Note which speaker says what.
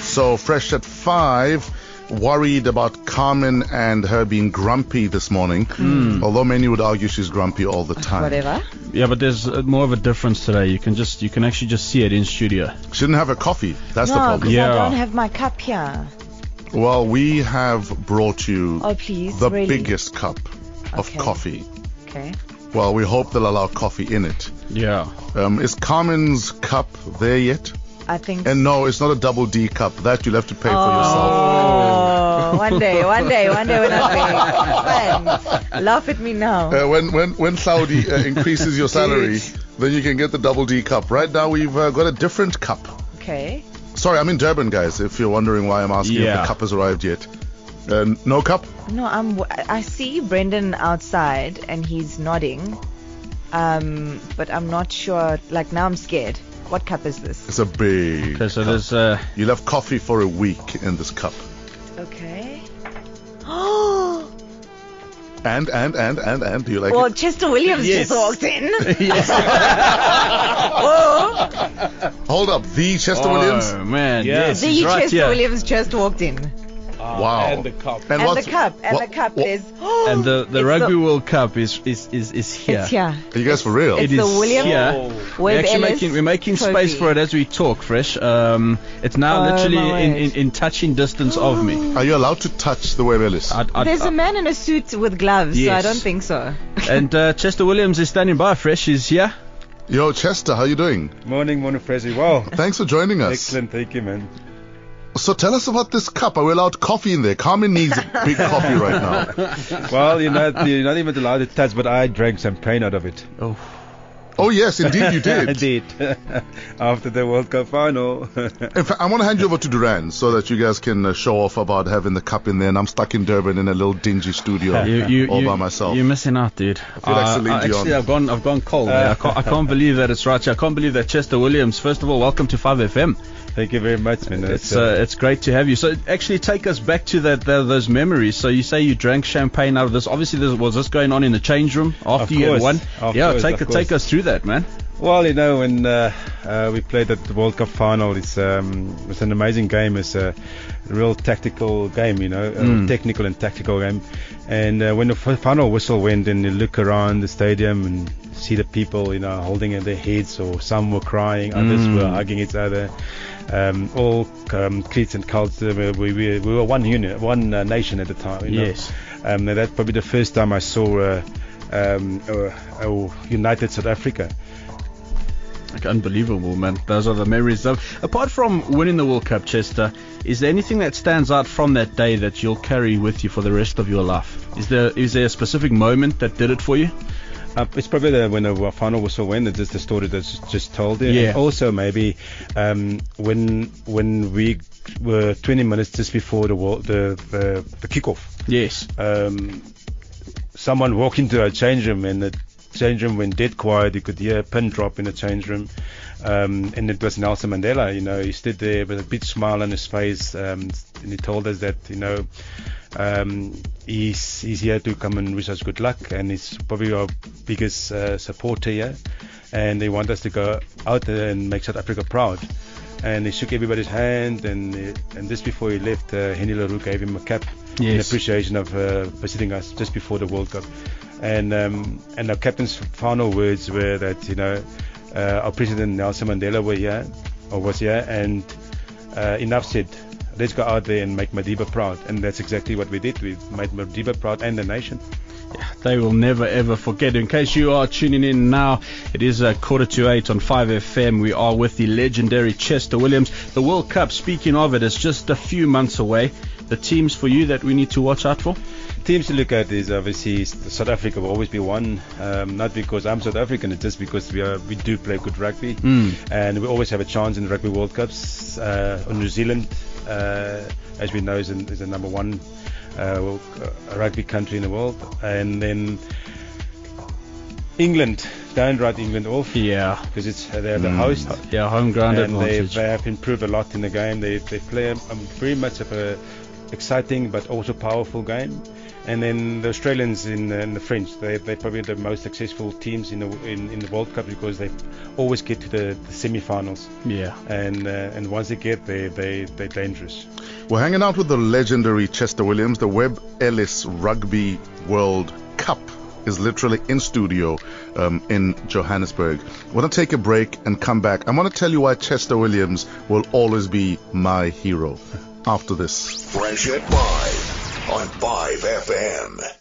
Speaker 1: So fresh at five. Worried about Carmen and her being grumpy this morning, although many would argue she's grumpy all the time.
Speaker 2: Hmm. Whatever.
Speaker 3: Yeah, but there's uh, more of a difference today. You can just you can actually just see it in studio.
Speaker 1: She didn't have her coffee. That's the
Speaker 2: No,
Speaker 1: problem.
Speaker 2: because I
Speaker 3: Yeah.
Speaker 2: don't have my cup here.
Speaker 1: Well, we have brought you
Speaker 2: Oh, please.
Speaker 1: the
Speaker 2: really.
Speaker 1: biggest cup of
Speaker 2: Okay.
Speaker 1: coffee.
Speaker 2: Okay.
Speaker 1: Well, we hope they'll allow coffee in it.
Speaker 3: Yeah.
Speaker 1: Um, is Carmen's cup there yet?
Speaker 2: I think.
Speaker 1: And no, it's not a double D cup. That you'll have to pay for yourself.
Speaker 2: Oh, one day, one day, one day when I'm big. Man, laugh at me now.
Speaker 1: Uh, when when when Saudi uh, increases your salary, then you can get the double D cup. Right now, we've uh, got a different cup.
Speaker 2: Okay.
Speaker 1: Sorry, I'm in Durban, guys. If you're wondering why I'm asking if
Speaker 3: Yeah.
Speaker 1: the cup has arrived yet, uh, no cup.
Speaker 2: No, I'm. w- I I see Brendan outside and he's nodding, um, but I'm not sure. Like now, I'm scared. What cup is this?
Speaker 1: It's a big.
Speaker 3: Okay, so there's uh
Speaker 1: You'll have coffee for a week in this cup.
Speaker 2: Okay. Oh.
Speaker 1: And and and and and. Do you like
Speaker 2: Well,
Speaker 1: it?
Speaker 2: Chester Williams
Speaker 3: Yes.
Speaker 2: just walked in. Oh, Whoa.
Speaker 1: Hold up, the Chester Williams.
Speaker 3: Oh man,
Speaker 4: Yeah.
Speaker 3: yes,
Speaker 2: The
Speaker 3: he's right
Speaker 2: Chester
Speaker 3: here.
Speaker 2: Williams just walked in. And
Speaker 1: Wow.
Speaker 4: And the cup.
Speaker 1: And,
Speaker 2: the
Speaker 1: what's-
Speaker 2: cup. And
Speaker 1: what-
Speaker 2: the cup
Speaker 1: what-
Speaker 2: is.
Speaker 3: And the, the
Speaker 2: It's
Speaker 3: Rugby
Speaker 2: the-
Speaker 3: World Cup is is is, is here.
Speaker 2: It's here.
Speaker 1: Are you guys for real?
Speaker 2: It's
Speaker 3: It
Speaker 2: the
Speaker 3: is
Speaker 2: Williams
Speaker 3: here. We're
Speaker 2: Web
Speaker 3: actually
Speaker 2: Ellis
Speaker 3: making we're making space
Speaker 2: trophy.
Speaker 3: for it as we talk, Fresh. Um, it's now
Speaker 2: Oh, my
Speaker 3: literally in, in,
Speaker 2: word.
Speaker 3: in touching distance of me.
Speaker 1: Are you allowed to touch the web, Ellis?
Speaker 3: I, I,
Speaker 2: There's
Speaker 3: I-
Speaker 2: a man in a suit with gloves, so I
Speaker 3: Yes.
Speaker 2: don't think so.
Speaker 3: and uh, Chester Williams is standing by. Fresh is here.
Speaker 1: Yo, Chester, how you doing?
Speaker 4: Morning, morning, Prezi. Wow.
Speaker 1: Thanks for joining us.
Speaker 4: Excellent, thank you, man.
Speaker 1: So tell us about this cup. Are we allowed coffee in there? Carmen needs a big coffee right now.
Speaker 4: Well, you're not, you're not even allowed to touch, but I drank champagne out of it.
Speaker 1: Oh yes, indeed you
Speaker 4: I
Speaker 1: did.
Speaker 4: did. After the World Cup final.
Speaker 1: In fact, I want to hand you over to Duran so that you guys can uh, show off about having the cup in there. And I'm stuck in Durban in a little dingy studio
Speaker 3: You, you,
Speaker 1: all
Speaker 3: you,
Speaker 1: by myself.
Speaker 3: You're missing out, dude. Uh, I
Speaker 1: feel like Celine Dion.
Speaker 3: actually, I've gone, I've gone cold.
Speaker 4: Uh,
Speaker 3: man. I, can't, I can't believe that it's right. here. I can't believe that Chester Williams. First of all, welcome to 5FM.
Speaker 4: thank you very much, man.
Speaker 3: It's uh, it's great to have you. So actually, take us back to that tho- those memories. So you say you drank champagne out of this. Obviously, this was this going on in the change room after
Speaker 4: Of
Speaker 3: you had
Speaker 4: course,
Speaker 3: won.
Speaker 4: of
Speaker 3: Yeah,
Speaker 4: course,
Speaker 3: take
Speaker 4: of
Speaker 3: take
Speaker 4: course.
Speaker 3: us through that, man.
Speaker 4: Well, you know, when uh, uh, we played at the World Cup final, it's um, it's an amazing game. It's a real tactical game, you know, a technical and tactical game. And uh, when the f- final whistle went, and you look around the stadium and see the people, you know, holding their heads, or some were crying, others were hugging each other. Um, all um, creeds and cults, uh, we, we, we were one unit, one uh, nation at the time. You know?
Speaker 3: Yes.
Speaker 4: Um, now that's probably the first time I saw uh, um, uh, uh, United South Africa.
Speaker 3: Like, unbelievable, man. Those are the memories of. Apart from winning the World Cup, Chester, is there anything that stands out from that day that you'll carry with you for the rest of your life? Is there is there a specific moment that did it for you?
Speaker 4: Uh, it's probably the, when the final whistle went. It's just the story that's just told. there.
Speaker 3: Yeah.
Speaker 4: And also maybe um, when when we were 20 minutes just before the wo- the the, the kickoff,
Speaker 3: Yes.
Speaker 4: um, someone walked into a change room and the change room went dead quiet. You could hear a pin drop in the change room, um, and it was Nelson Mandela. You know, he stood there with a big smile on his face, um, and he told us that you know. Um, he's he's here to come and wish us good luck, and he's probably our biggest uh, supporter here. And they want us to go out there and make South Africa proud. And he shook everybody's hand, and uh, and just before he left, uh, Henry Leroux gave him a cap in
Speaker 3: Yes.
Speaker 4: appreciation of uh, visiting us just before the World Cup. And um, and our captain's final words were that you know uh, our president Nelson Mandela were here or was here, and uh, enough said. Let's go out there and make Madiba proud, and that's exactly what we did. We made Madiba proud and the nation.
Speaker 3: They will never ever forget. In case you are tuning in now, it is a quarter to eight on 5FM. We are with the legendary Chester Williams. The World Cup, speaking of it, is just a few months away. The teams for you that we need to watch out for?
Speaker 4: Teams to look at is obviously South Africa will always be one, um, not because I'm South African, it's just because we are we do play good rugby, and we always have a chance in the Rugby World Cups. Uh, New Zealand, uh, as we know, is, an, is the number one uh, wo- uh, rugby country in the world, and then England, downright England off
Speaker 3: Yeah.
Speaker 4: because it's they're the host
Speaker 3: Yeah, home ground
Speaker 4: and they,
Speaker 3: advantage.
Speaker 4: they have improved a lot in the game. They they play um, very much of a exciting but also powerful game. And then the Australians and, and the French, they, they're probably the most successful teams in the, in, in the World Cup because they always get to the, the semi finals.
Speaker 3: Yeah.
Speaker 4: And, uh, and once they get there, they, they're dangerous.
Speaker 1: We're hanging out with the legendary Chester Williams. The Webb Ellis Rugby World Cup is literally in studio um, in Johannesburg. I want to take a break and come back. I want to tell you why Chester Williams will always be my hero after this.
Speaker 5: Fresh at 5 on 5 FM.